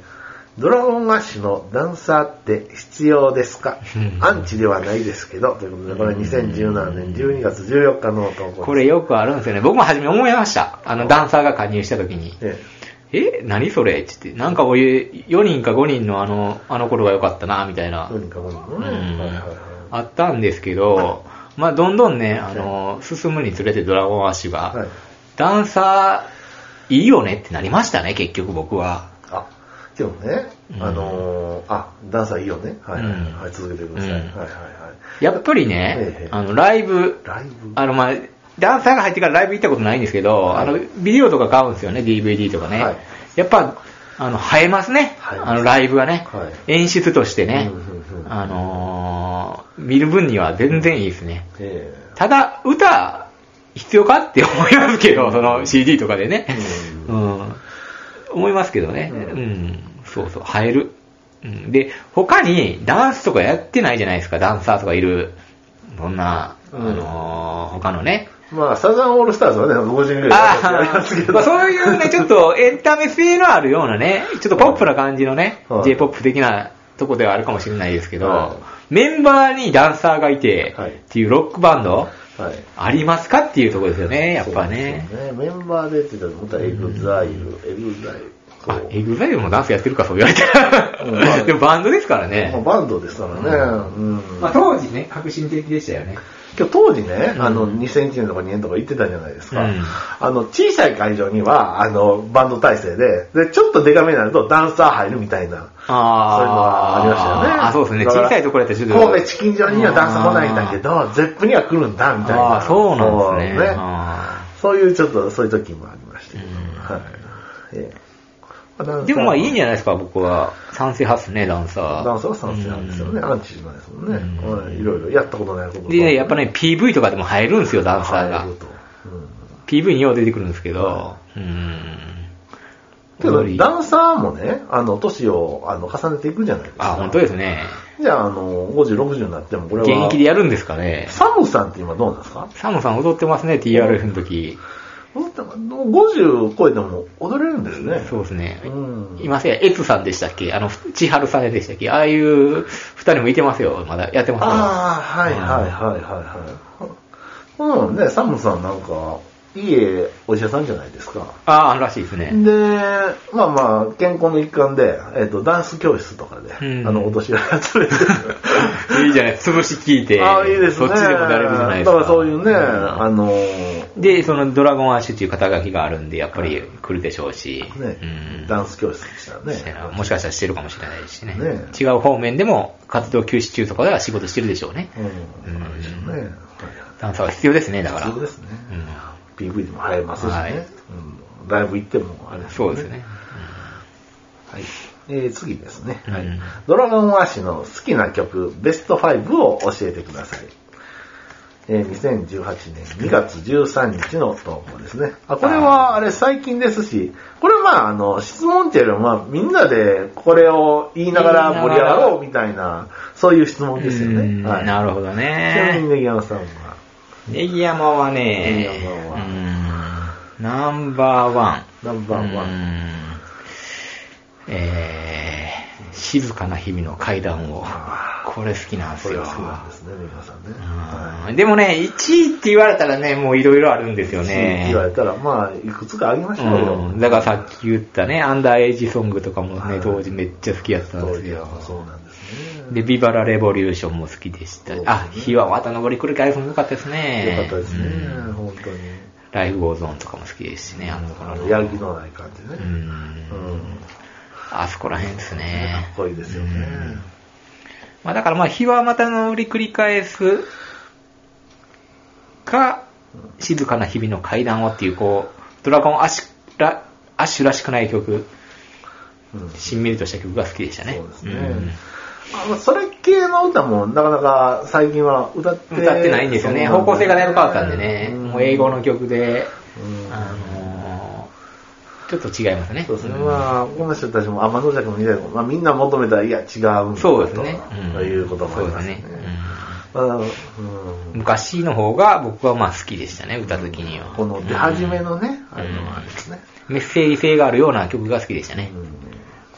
S1: ー、ドラゴンアッシュのダンサーって必要ですか アンチではないですけど、ということで、これ2017年12月14日の投稿です。
S2: これよくあるんですよね。僕も初め思いました。あの、ダンサーが加入した時に。
S1: え
S2: え何それって言って。なんかお湯、4人か5人のあの、あの頃が良かったな、みたい
S1: え、
S2: な
S1: ど。うにかこうにかね。
S2: うん
S1: はいはいはい。
S2: あったんですけど、まあ、どんどんね、あの、進むにつれてドラゴンアッシュ
S1: はい
S2: が、ダンサー、いいよねってなりましたね、結局僕は。
S1: あ、でもね、
S2: うん
S1: あのー、あ、ダンサーいいよね。はいはいはい。
S2: うん
S1: はい、続けてください。
S2: うん
S1: はいはいはい。
S2: やっぱり
S1: ええええ
S2: ね、あの、ライブ、
S1: ライブ。
S2: あの、まあ、ダンサーが入ってからライブ行ったことないんですけど、
S1: はい
S2: あの、ビデオとか買うんですよね、DVD とかね。
S1: はい
S2: やっぱ、あの、映えますね。
S1: 映えます
S2: あの、ライブはね、
S1: はい
S2: 演出としてね。
S1: うんうんうん
S2: あのー見る分には全然いいですね。
S1: え
S2: ただ、歌、必要かって思いますけど、その CD とかでね。うん。思いますけどね。
S1: う
S2: うんん。そうそう、映える。うん、で、他にダンスとかやってないじゃないですか、ダンサーとかいる。そんな、あ
S1: うん
S2: のー他のね。
S1: え。まあ、サザンオールスターズはね、50人ぐらいやり
S2: あ
S1: ますけ
S2: ー
S1: ど。
S2: まあ、そういうね、ちょっとエンタメ性のあるようなね、ちょっとポップな感じのね、
S1: はい
S2: J-POP 的なとこではあるかもしれないですけど、
S1: は
S2: メンバーにダンサーがいて、
S1: はい
S2: っていうロックバンド、
S1: はい。
S2: ありますかっていうところですよね、やっぱね。
S1: そうですよね。メンバーでって言ったら、またエグザイル、エグザイル。そ
S2: あ
S1: う、
S2: エグザイルもダンスやってるか、そう言われた
S1: うんまあ
S2: ら。 でもバンドですから
S1: まあ
S2: ね。
S1: バンドですからね。うん。
S2: 当時ね、革新的でしたよね。
S1: 今日当時ね、
S2: うん
S1: あの、2001年とか2年とか行ってたじゃないですか。
S2: うん
S1: あの、小さい会場には、あの、バンド体制で、で、ちょっとデカめになるとダンサー入るみたいな。
S2: ああ。
S1: そういうのはありましたよね。
S2: あ、そうですね。
S1: だから
S2: 小さいところやったらちょっと。
S1: 神戸チキン場にはダンサー来ないんだけど、ゼップには来るんだ、みたいな。
S2: ああ、そうなんです
S1: そう
S2: ね。あー
S1: そういうちょっと、そういう時もありましたけど、
S2: うん
S1: はい。ええダンサー
S2: でもまあいいんじゃないですか、僕は。賛成派っすね、ダンサー。
S1: ダンサーは賛成なんですよね。
S2: うん
S1: アンチじゃないですもんね。
S2: うん
S1: はいいろいろやったことないことと
S2: でね、やっぱね、PV とかでも入るんですよ、ダンサーが
S1: 入。ると
S2: PV によう出てくるんですけど
S1: は。
S2: うん。
S1: うん。けど、
S2: ン
S1: ダンサーもね、あの、年をあの重ねていくじゃないですか。
S2: あ、本当ですね。
S1: じゃあ、あの、50、60になっても、これは。
S2: 現役でやるんですかね。
S1: サムさんって今どうなんですか
S2: サムさん踊ってますね、TRF の時。
S1: 踊っても50超えても踊れるんですね。
S2: そうですね。
S1: うん
S2: いません。エツさんでしたっけあの、千春さんでしたっけああいう二人もいてますよ。まだやってますよ
S1: ああ、はいはいはいはいはい。このね、サムさんなんか、家、お医者さんじゃないですか。
S2: ああ、あるらしいです
S1: で
S2: ね。、
S1: まあまあ、健康の一環で、えっ、と、ダンス教室とかで、
S2: うん
S1: あの、お年寄りやってる。
S2: いいじゃない。潰し聞いて。
S1: ああ、いいですね。
S2: そっちでもなれるじゃないですか。
S1: だからそういうね、
S2: うん
S1: あのー、
S2: で、そのドラゴンアッシュっていう肩書きがあるんで、やっぱり来るでしょうし。
S1: ね、
S2: うん
S1: ダンス教室でしたらね。
S2: してなもしかしたらしてるかもしれないしね。
S1: ね
S2: 違う方面でも活動休止中とかでは仕事してるでしょうね。
S1: うん、あれでしょうね。はいはい
S2: ダンサーは必要ですね、だから。
S1: 必要ですね
S2: うん
S1: PV でも映えますしね。
S2: はい
S1: うん、ライブ行ってもあれ
S2: そうですね。
S1: はい。えー次ですね。はい
S2: うん
S1: ドラゴンアッシュの好きな曲、ベスト5を教えてください。えー2018年2月13日の投稿ですね。あ、これは、あれ、最近ですし、これはまあ、あの、質問っていうよりは、まあ、みんなでこれを言いながら盛り上がろうみたいな、そういう質問ですよ
S2: うん
S1: ね。はい。
S2: なるほど
S1: ちなみに
S2: ね。
S1: ネギ山さんは、
S2: ネギ山はね、
S1: ネギ山は
S2: うんナンバーワン。
S1: ナンバーワン
S2: うん。えー、静かな日々の階段を。
S1: あ
S2: これ好きなんです
S1: これ
S2: よ
S1: は。そうなんですね、ネギ山さんね。はい
S2: うんでもね、1位って言われたらね、もういろいろあるんですよね。
S1: 言われたら、まあ、いくつかあげましょうよ。
S2: うん、だからさっき言ったね、アンダーエイジソングとかも
S1: は
S2: ね、
S1: い
S2: 当時めっちゃ好きやったんですよ。
S1: そうなんですね。
S2: で、ビバラレボリューションも好きでした
S1: そう。ですね
S2: あ、日は渡登り繰り返すの良かったですね。
S1: よかったですね、
S2: うん
S1: 本当に。
S2: ライフゴーゾーンとかも好きですしね、あの頃の。
S1: やる気のない感じね。
S2: う
S1: うん
S2: ん。あそこら辺です
S1: か
S2: ね
S1: っ。こいいですよね。
S2: うんまあだからまあ、日はまたのり繰り返すか、静かな日々の階段をっていう、こう、ドラゴンアッシュらアッシュらしくない曲、
S1: うん
S2: しんみりとした曲が好きでしたね。
S1: そうですね
S2: ん
S1: あまあそれ系の歌もなかなか最近は歌って
S2: 歌ってないんですよね。方向性がだいぶ変わったんでね。もう英語の
S1: 曲。
S2: 曲で、
S1: うん
S2: あのーちょっと違いますね。
S1: そうですね。
S2: ん
S1: まあ、この人たちも天の弱みたいな、まあ、みんな求めたら、いや、違うんだ
S2: そうですね。
S1: とということもありますね。
S2: そうですね
S1: まあう
S2: う
S1: ん
S2: ん昔の方が僕はまあ好きでしたね、歌的には。
S1: この出始めのね、
S2: うん
S1: あの、あれですね。
S2: メッセージ性があるような曲が好きでしたね。
S1: うん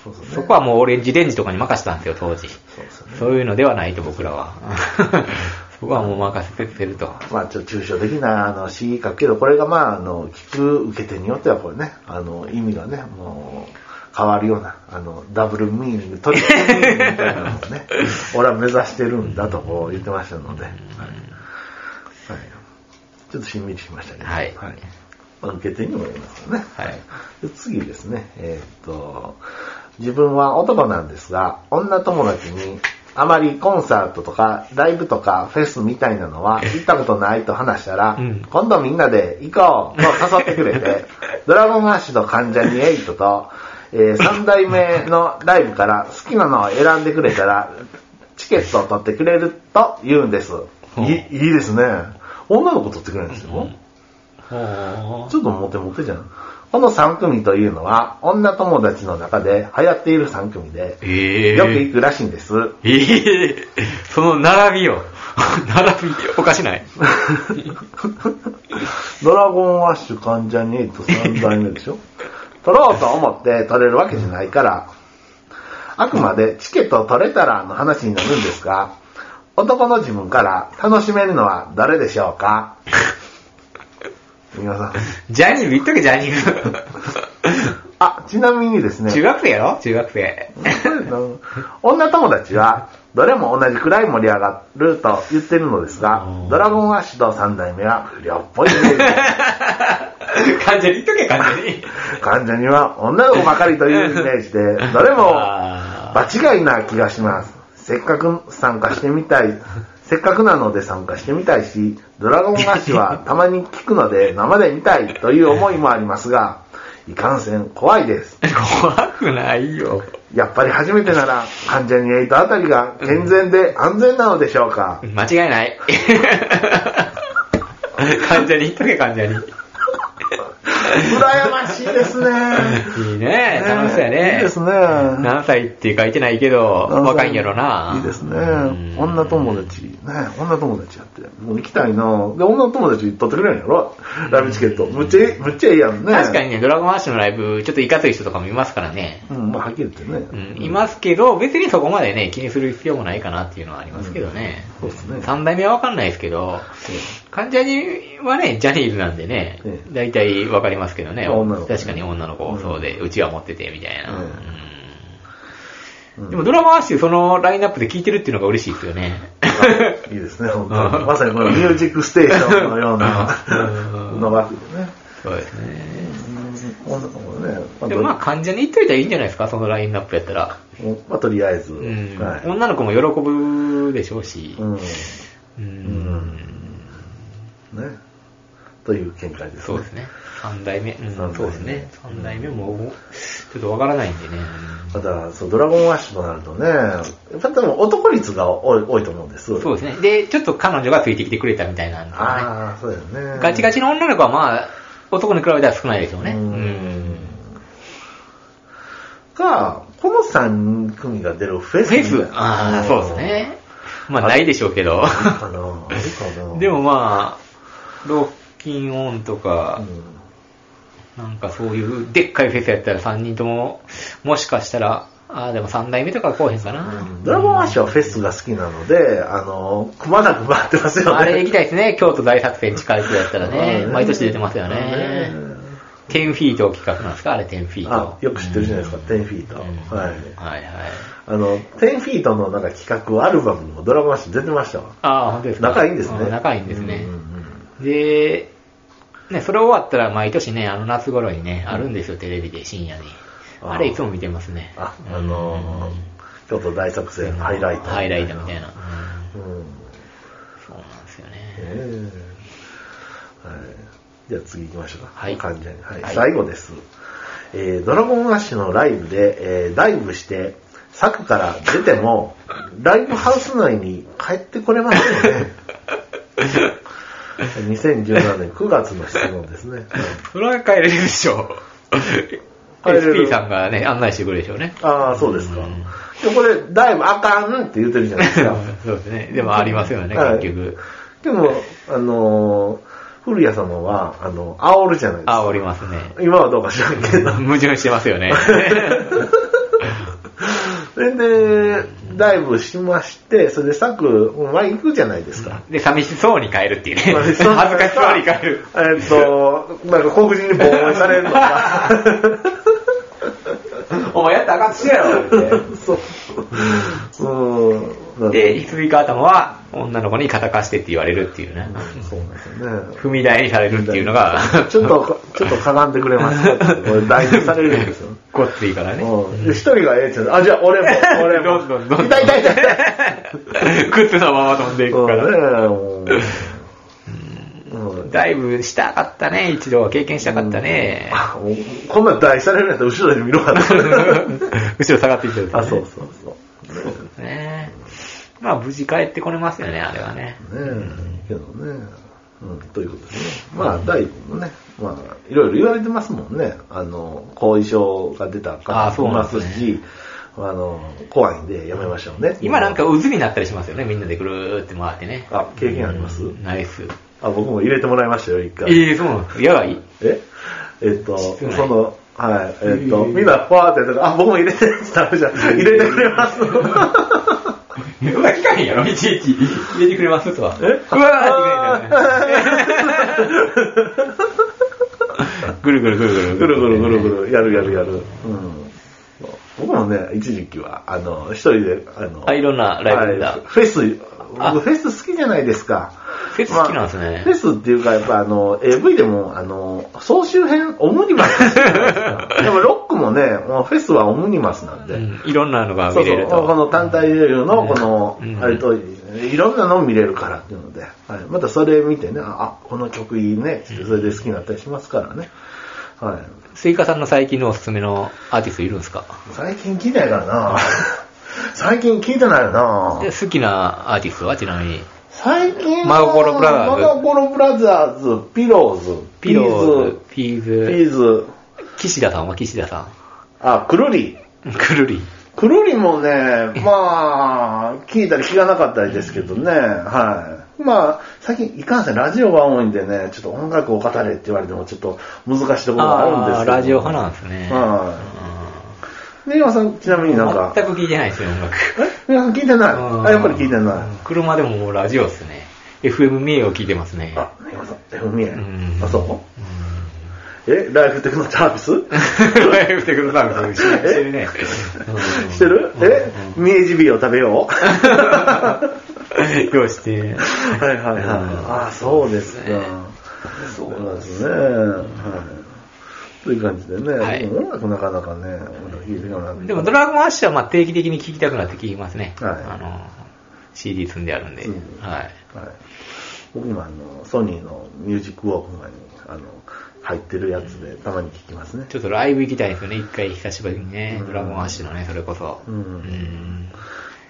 S1: そうですね
S2: そこはもうオレンジレンジとかに任せたんですよ、当時。
S1: そうですよね。
S2: そういうのではないと僕ら は。そこはもう任せてると。
S1: まあ、ちょっと抽象的なあの詩書くけど、これがまあ、あの、聞く受け手によってはこれね、あの、意味がね、もう、変わるような、あの、ダブルミーニング、トリプルミーニングみたいなのを ね、俺は目指してるんだとこう言ってましたので、はい。はいちょっとしんみりしましたけど、
S2: はい
S1: まあ受け手にもよりますよね。
S2: はい
S1: で次ですね、えーっと、自分は男なんですが、女友達に、あまりコンサートとか、ライブとか、フェスみたいなのは行ったことないと話したら、
S2: うん
S1: 今度みんなで行こうと誘ってくれ て、ドラゴンアッシュの関ジャニエイトと、え3代目のライブから好きなのを選んでくれたら、チケットを取ってくれると言うんです。
S2: うん
S1: いいいですね。女の子取ってくれるんですよ。ちょっとモテモテじゃん。この3組というのは、女友達の中で流行っている3組で、
S2: ええ
S1: よく行くらしいんです。
S2: ええその並びよ。 並び、おかしない。
S1: ドラゴンアッシュ関ジャニエイト3代目でしょ取ろうと思って取れるわけじゃないから、あくまでチケットを取れたらの話になるんですが、男の自分から楽しめるのは誰でしょうか皆さん。
S2: ジャニーズ言っとけ、ジャニーズ。
S1: あ、ちなみにですね。
S2: 中学生やろ中学 生。
S1: 女友達は、どれも同じくらい盛り上がると言ってるのですが
S2: うん、
S1: ドラゴンアッシュと三代目は不良っぽいイメージです。
S2: 患者に言っとけ、患者に。
S1: 患者には女の子ばかりというイメージで、どれも
S2: あ
S1: 場違いな気がします。せっかく参加してみたい、せっかくなので参加してみたいし、ドラゴンアッシュはたまに聞くので生で見たいという思いもありますが、いかんせん怖いです。
S2: 怖くないよ。
S1: やっぱり初めてなら、関ジャニ∞あたりが健全で安全なのでしょうか、
S2: 間違いない。患者に言っとけ、患者に。
S1: 羨ましいですね。
S2: いいね、楽しそうやね。
S1: いいですね
S2: 何歳って書いてないけど、若いんやろな。
S1: いいですね
S2: うん。
S1: 女友達、ね、女友達やって。もう行きたいなで、女友達取ってくれるんやろライブチケット。むっちゃいい、むっちゃいいやんね。
S2: 確かに。ね、ドラゴンアッシュのライブ、ちょっといかつい人とかもいますからね。
S1: うん、まあはっきり言ってね。
S2: うん、いますけど、別にそこまでね、気にする必要もないかなっていうのはありますけどね。
S1: うんそうですね
S2: 3代目はわかんないですけど、患者にはね、ジャニーズなんでね
S1: え、え
S2: 大体わかりますけどね。
S1: まあ女の子
S2: 確かに女の子、そうで、うちは持ってて、みたいな。
S1: ええ
S2: うん
S1: うん
S2: でもドラマアッシュ、そのラインナップで聴いてるっていうのが嬉しいですよね。
S1: いいですね、本当に。まさにこのミュージックステーションのような
S2: うん
S1: の枠でね。
S2: そうですね。
S1: うん女の子ね。まあ
S2: でもまあ、患者に言っといたらいいんじゃないですか、そのラインナップやったら。
S1: まあとりあえず。
S2: うん
S1: はい
S2: 女の子も喜ぶでしょうし。
S1: うん
S2: うん
S1: ね。という見解ですね。
S2: そうですね。三代目。うん
S1: 三代目
S2: そうですね。三代目も、ちょっとわからないんでね。
S1: ただ、そう、ドラゴンアッシュとなるとね、やっぱでも男率が多い多いと思うんです。
S2: そうですね。で、ちょっと彼女がついてきてくれたみたいなんですよね。
S1: ああ、そうだよね。
S2: ガチガチの女の子はまあ、男に比べたら少ないでしょうね。
S1: う
S2: うんん。
S1: が、この3組が出るフェス。
S2: フェス、ああ、そうですね。まあ、ないでしょうけど。
S1: あるかな、あるか な。
S2: でもまあ、ロッキンオンとか、
S1: うん
S2: なんかそういうでっかいフェスやったら3人とも、もしかしたら、ああ、でも3代目とかこうへんかな。
S1: ドラゴンアッシュはフェスが好きなので、あの、くまなく回ってますよね。
S2: あれ行きたいですね。京都大作戦近い人やったらね。毎年出てますよね。10フィート企画なんですかあれ10フィー
S1: あ
S2: ト。、
S1: よく知ってるじゃないですか、10フィート。
S2: うん
S1: はい。
S2: はいはい。
S1: あの、10フィートのなんか企画アルバムにもドラゴンアッシュ出てましたわ。
S2: ああ、本当ですか。
S1: 仲いいんです
S2: う
S1: ね。
S2: 仲いいんですね
S1: う。ん
S2: で、ね、それ終わったら毎年ね、あの夏頃にね、あるんですよ、テレビで深夜に。
S1: あー
S2: あれいつも見てますね。
S1: あ、あのー、京都大作戦ハイライト。
S2: ハイライトみたいな。
S1: うん。
S2: そうなんですよ
S1: ええ
S2: ね。
S1: はい。じゃあ次行きましょうか。
S2: はい
S1: 関ジャニはい。
S2: はい
S1: 最後です。えードラゴンアッシュのライブで、えーダイブして、柵から出ても、ライブハウス内に帰ってこれませんよね。2017年9月の質問ですね。
S2: それは帰れるでしょう。
S1: 帰れる
S2: SP さんがね、案内してくれるでしょうね。
S1: ああ、そうですか。
S2: うん
S1: で、これ、ダイブあかんって言ってるじゃないですか。
S2: そうですね。でもありますよね、
S1: はい
S2: 結局。
S1: でも、あのー古谷様は、あの、煽るじゃないです
S2: あ、
S1: か。
S2: おりますね。
S1: 今はどうか知らんけど。
S2: 矛盾してますよ ね。
S1: それで、ダイブしまして、それでサク、前行くじゃないですか。
S2: で、寂しそうに帰るっていうね。
S1: まあ
S2: 恥ず
S1: そう
S2: かしそうに帰る。
S1: えっと、なんか黒人に妨害されるとか。
S2: お前やったらあかんとしてやろっ
S1: そう。うん。
S2: て。 で、ひすみか頭は女の子に肩貸してって言われるっていうね。
S1: そうなんですよね。
S2: 踏み台にされるっていうのが、
S1: ちょっと、ちょっとかがんでくれますかって、これ大事されるんですよ。
S2: ごっついからね。
S1: うん。で一人がええって言うのあ、じゃあ俺も、俺も。
S2: どんどんどんどん
S1: 痛い痛い痛い痛い。
S2: 靴のまま飛んでい
S1: そ
S2: く
S1: う
S2: から。
S1: ね、もう。うん
S2: だいぶしたかったね、一度は経験したかったね。
S1: あもうこんなん大されるんやったら後ろで見ろかな。
S2: 後ろ下がっていっちゃうとね
S1: あ、そうそうそう。
S2: ねまあ無事帰ってこれますよね、あれはね。
S1: ねえ、けどね。うん、ということですね。まあ、第一もね、まあ、いろいろ言われてますもんね。あの、後遺症が出た
S2: あ
S1: 方
S2: そ
S1: も
S2: う
S1: い
S2: な
S1: ま
S2: んです
S1: す
S2: ね
S1: し、あの、怖いんでやめましょうね。
S2: 今なんか渦になったりしますよね、みんなでぐるーって回ってね。
S1: あ経験あります
S2: うんナイス。
S1: あ、僕も入れてもらいましたよ、一回。
S2: ええそうなんですか。野外
S1: ええっと、
S2: 室
S1: そ
S2: 内
S1: の、はい、えっと、
S2: えー
S1: みんな、ファーってやったら、あ、僕も入れてって食べちゃう。入れてくれま す。
S2: うわ、聞かへんやろ、いちいち。入れてくれますとは。
S1: え
S2: うわーって ねぐるぐるぐる
S1: ぐ
S2: ぐ
S1: る
S2: る
S1: ぐるぐ
S2: る。
S1: るぐる、やるやるやる。うん。僕もね、一時期は、あの、一人で、あの、
S2: あ、いろんなライブにだ
S1: はい。フェス、
S2: あ
S1: 僕フェス好きじゃないですか。
S2: フェス好きなんです
S1: まあ
S2: ね
S1: フ。ェスっていうか、やっぱあの、AV でも、あの、総集編、オムニマスじゃないですか。 でもロックもね、もうフェスはオムニマスなんで。
S2: うんいろんなのが
S1: そう
S2: 見
S1: そ
S2: れ
S1: う、
S2: る。
S1: ことの単体レビューの、この
S2: う、ん
S1: あれと、いろんなの見れるからっていうので、はい、またそれ見てね、あ、この曲いいね、ってそれで好きになったりしますからね。はい。
S2: スイカさんの最近のおすすめのアーティストいるんですか
S1: 最近聞いてないからな 最近聞いてないよな
S2: で好きなアーティストはちなみに。
S1: 最近
S2: マゴロブラザーズ
S1: マゴロブラザーズ、ピローズ、
S2: ピローズ、ピー
S1: ピーズ、ピ
S2: ズ、
S1: ーズ、
S2: 岸田さんは岸田 さ
S1: あ、くるり。
S2: ん。くるり。
S1: くるり もね、まあ、聞いたり聞かなかったりですけどね、はい。まあ、最近、いかんせんラジオが多いんでね、ちょっと音楽を語れって言われてもちょっと難しいところがあるん
S2: あ
S1: です
S2: ー
S1: けど。
S2: ラジオ派なんですね。
S1: はん。で、岩さん、ちなみになんか、
S2: 全く聞いてないですよ、音楽。
S1: え岩さん聞いてないあ、やっぱり聞いてない。
S2: い。車でももうラジオですね。FM 三重を聞いてますね。
S1: あ、岩さん、FM 見え
S2: うん
S1: あ、そうえ、ライフテクノサービス
S2: ライブテクノサービスしてるね。
S1: してるえ、ミエジビーを食べよう
S2: えようして。
S1: はいはいはい。あ、そうですか。
S2: そ
S1: そう
S2: う
S1: なん
S2: なん
S1: で
S2: ですす
S1: ね。
S2: ね
S1: はい。という感じでね、
S2: はい
S1: 音楽なかなかね、聞いていかなく
S2: でもドラゴンアッシュはまあ定期的に聞きたくなって聞きますね。
S1: はい
S2: あの、CD 積んであるんで。
S1: うん
S2: はい。
S1: はい、僕もあの、ソニーのミュージックウォークマンに、あの、入ってるやつでたまに聞きますね。
S2: ちょっとライブ行きたいですよね、一回久しぶりにね
S1: う。ん
S2: ドラゴンアッシュのね、それこそ。
S1: うん
S2: ん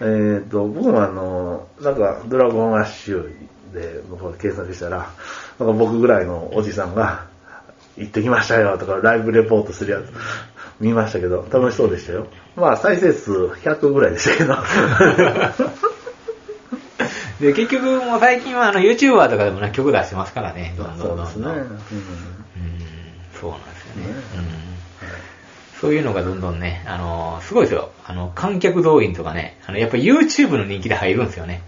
S1: えっ、と、僕もあの、なんか、ドラゴンアッシュで僕が検索したら、なんか僕ぐらいのおじさんが、行ってきましたよとか、ライブレポートするやつ、見ましたけど、楽しそうでしたよ。まあ、再生数100ぐらいでした けど。
S2: で、結局もう最近はあの YouTuber とかでもね、曲出してますからね、どん
S1: そ
S2: どんど
S1: うで
S2: んどん。
S1: すね。うん
S2: うんそうなんですよね。
S1: ね
S2: うんそういうのがどんどんね、あのーすごいですよ。あの、観客動員とかね、あの、やっぱ YouTube の人気で入るんですよね。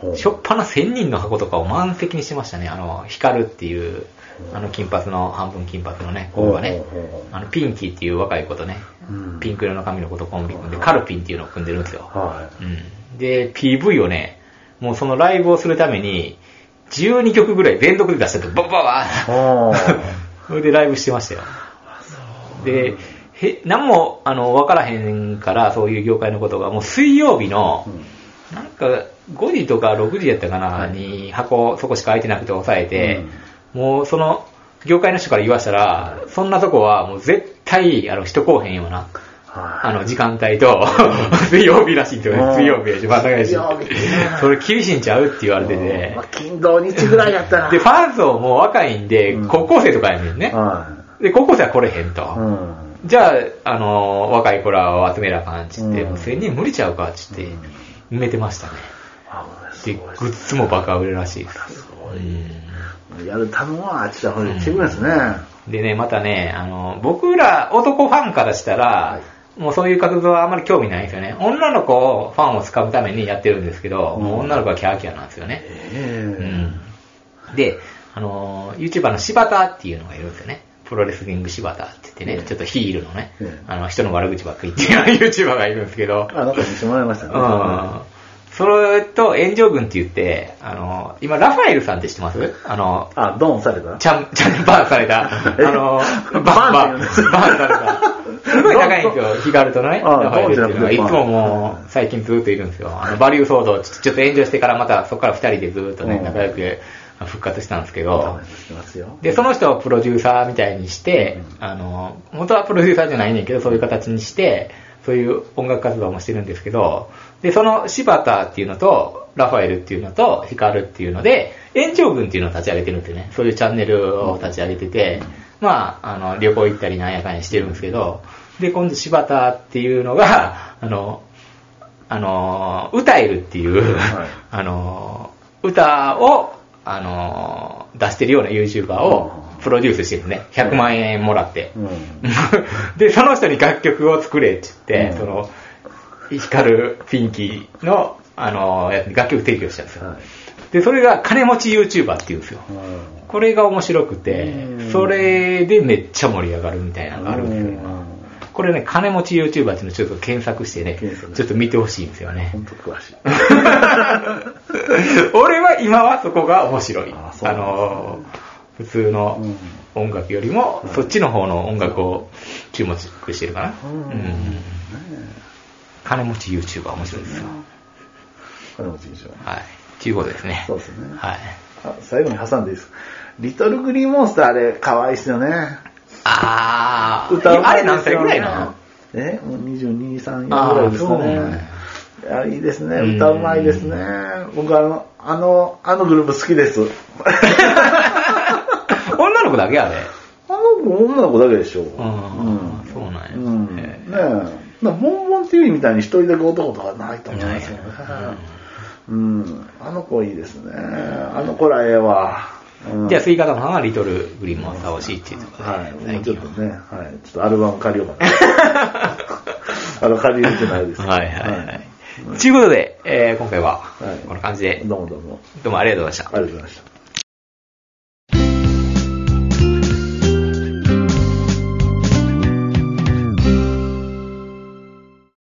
S1: ほう
S2: しょっぱな1000人の箱とかを満席にしてましたね。あの、光るっていう、あの金髪の、半分金髪のね、子がね
S1: ほうほうほう、
S2: あの、ピンキーっていう若い子とね
S1: うん、
S2: ピンク色の髪の子とコンビ組んで、カルピンっていうのを組んでるんですよ。
S1: は
S2: うん。で、PV をね、もうそのライブをするために、12曲ぐらい連続で出したと、バッバ
S1: い。
S2: ッ
S1: おー
S2: それでライブしてましたよ。で、へ、なんも、あの、わからへんから、そういう業界のことが、もう水曜日の、なんか、5時とか6時やったかな、に箱、そこしか空いてなくて抑えて、もうその、業界の人から言わしたら、そんなとこはもう絶対、あの、人来おへんような、あ
S1: は
S2: の、時間帯と、 水曜日らしいって言われて、水曜日やし、真ん中や
S1: 水
S2: し
S1: 曜日、
S2: それ厳しいんちゃうって言わ
S1: い。
S2: れてて
S1: まあ、、金土日ぐらいやったら。
S2: で、ファン層も若いんで
S1: うん、
S2: 高校生とかやねんね。
S1: は
S2: で、高校生は来れへんと。
S1: い。うん。
S2: じゃあ、あのー若い子らを集めなあかんっつって、
S1: うん
S2: もう1000人無理ちゃうかっつって
S1: うん、
S2: 埋めてましたね。
S1: あ、す
S2: で、
S1: ごい
S2: グ
S1: です
S2: ッズ
S1: ね。
S2: もバカ売れらしいです。
S1: すご
S2: う
S1: い。
S2: ん
S1: やるためはあっちだ、ほら、チームですね。
S2: でね、またね、あの、僕ら男ファンからしたら、
S1: は
S2: もうそういう活動はあまり興味ないんですよね。女の子ファンを掴むためにやってるんですけど、
S1: うん
S2: もう女の子はキャーキャーなんですよね。う
S1: え
S2: んで、あのー、YouTuber の柴田っていうのがいるんですよね。プロレスリング柴田って言ってね、
S1: うん
S2: ちょっとヒールのね、
S1: うん
S2: あの、人の悪口ばっかり言ってる YouTuber がいるんですけ ど
S1: え、あなんか見せてもらいまし
S2: う
S1: たね。
S2: ん。それと、炎上軍って言って、あのー、今、ラファエルさんって知ってますあの、
S1: あ、ドンされた
S2: ちゃん、ちゃんバンされた、あ
S1: え
S2: のー、
S1: バ
S2: バン、バン、バン
S1: ンって言うんです
S2: された。すごい高いんですよ、ヒカルとね、
S1: あ
S2: ラファエルっていうのは。
S1: どうじ
S2: い
S1: ゃな
S2: つ
S1: くてバ
S2: も
S1: ン
S2: もう、最近ずっといるんですよ。あの、バリュー騒動、ちょちょっと炎上してからまた、そこから二人でずっと
S1: う
S2: ね、
S1: ん
S2: 仲良く復活したんですけ
S1: ド
S2: ど
S1: ン、してますよ。
S2: で、その人をプロデューサーみたいにして、あの、元はプロデューサーじゃないねんけど、そういう形にして、そういう音楽活動もしてるんですけど、で、その柴田っていうのと、ラファエルっていうのと、ヒカルっていうので、延長軍っていうのを立ち上げてるんですよね。そういうチャンネルを立ち上げてて、まあ、あの、旅行行ったりなんやかんやしてるんですけど、で、今度柴田っていうのが、あ の、あの、歌えるっていう、
S1: はい
S2: あの、歌を、あの、出してるような YouTuber をプロデュースしてるね。100万円もらって。
S1: うん。
S2: で、その人に楽曲を作れって言って、
S1: う
S2: そ
S1: ん
S2: の、光るピンキーの、あの、やつに楽曲提供したんですよ。
S1: はい。
S2: で、それが金持ち YouTuber って言うんですよ。
S1: うん
S2: これが面白くて
S1: うん、
S2: それでめっちゃ盛り上がるみたいなのがあるんですよ、今。これね、金持ち YouTuber っていうのをちょっと検索してね
S1: 検索、
S2: ちょっと見てほしいんですよね。
S1: 本当詳しい。
S2: 俺は今はそこが面白い。
S1: あ
S2: あ
S1: そうなんですね
S2: のー、普通の音楽よりも、そっちの方の音楽を注目してるかな。
S1: うん
S2: うん
S1: ね
S2: 金持ち YouTuber 面白いですよ。
S1: 金持ちでしょ。
S2: はい。ということですね。
S1: そうですね
S2: はい。
S1: あ最後に挟んでいいですかリトルグリーンモンスターあれ、可愛いっすよね。
S2: あ
S1: 歌う
S2: あ、あれ何歳ぐらいな
S1: えもう22、3、4ぐ
S2: あ
S1: ら
S2: あ
S1: いです
S2: そ
S1: か
S2: う
S1: ね
S2: ね。
S1: あいいですね。
S2: うん
S1: 歌うまいですね。僕あの、あの、あのグループ好きです。
S2: の女の子だけあれ。
S1: あの子女の子だけでしょ。う
S2: ああ、そうなんや。
S1: うん。ね
S2: へ
S1: え。なボンボンティーみたいに一人だけ男とかないと思いますよね。うん。あの子いいですね。あの子らええわ。うん
S2: じゃあ、スイカさんはリトルグリーンモンスターを C1 とか
S1: は
S2: ね
S1: い。も
S2: 最
S1: うちょ
S2: 近
S1: っと
S2: は。
S1: ね、はい。ちょっとアルバム借りようかな。 あの、借りれてないです。
S2: はいはいはい。ということで、えー今回は
S1: はい
S2: こんな感じで、
S1: どうもどうも。
S2: どうもありがとうございました。
S1: ありがとうございました。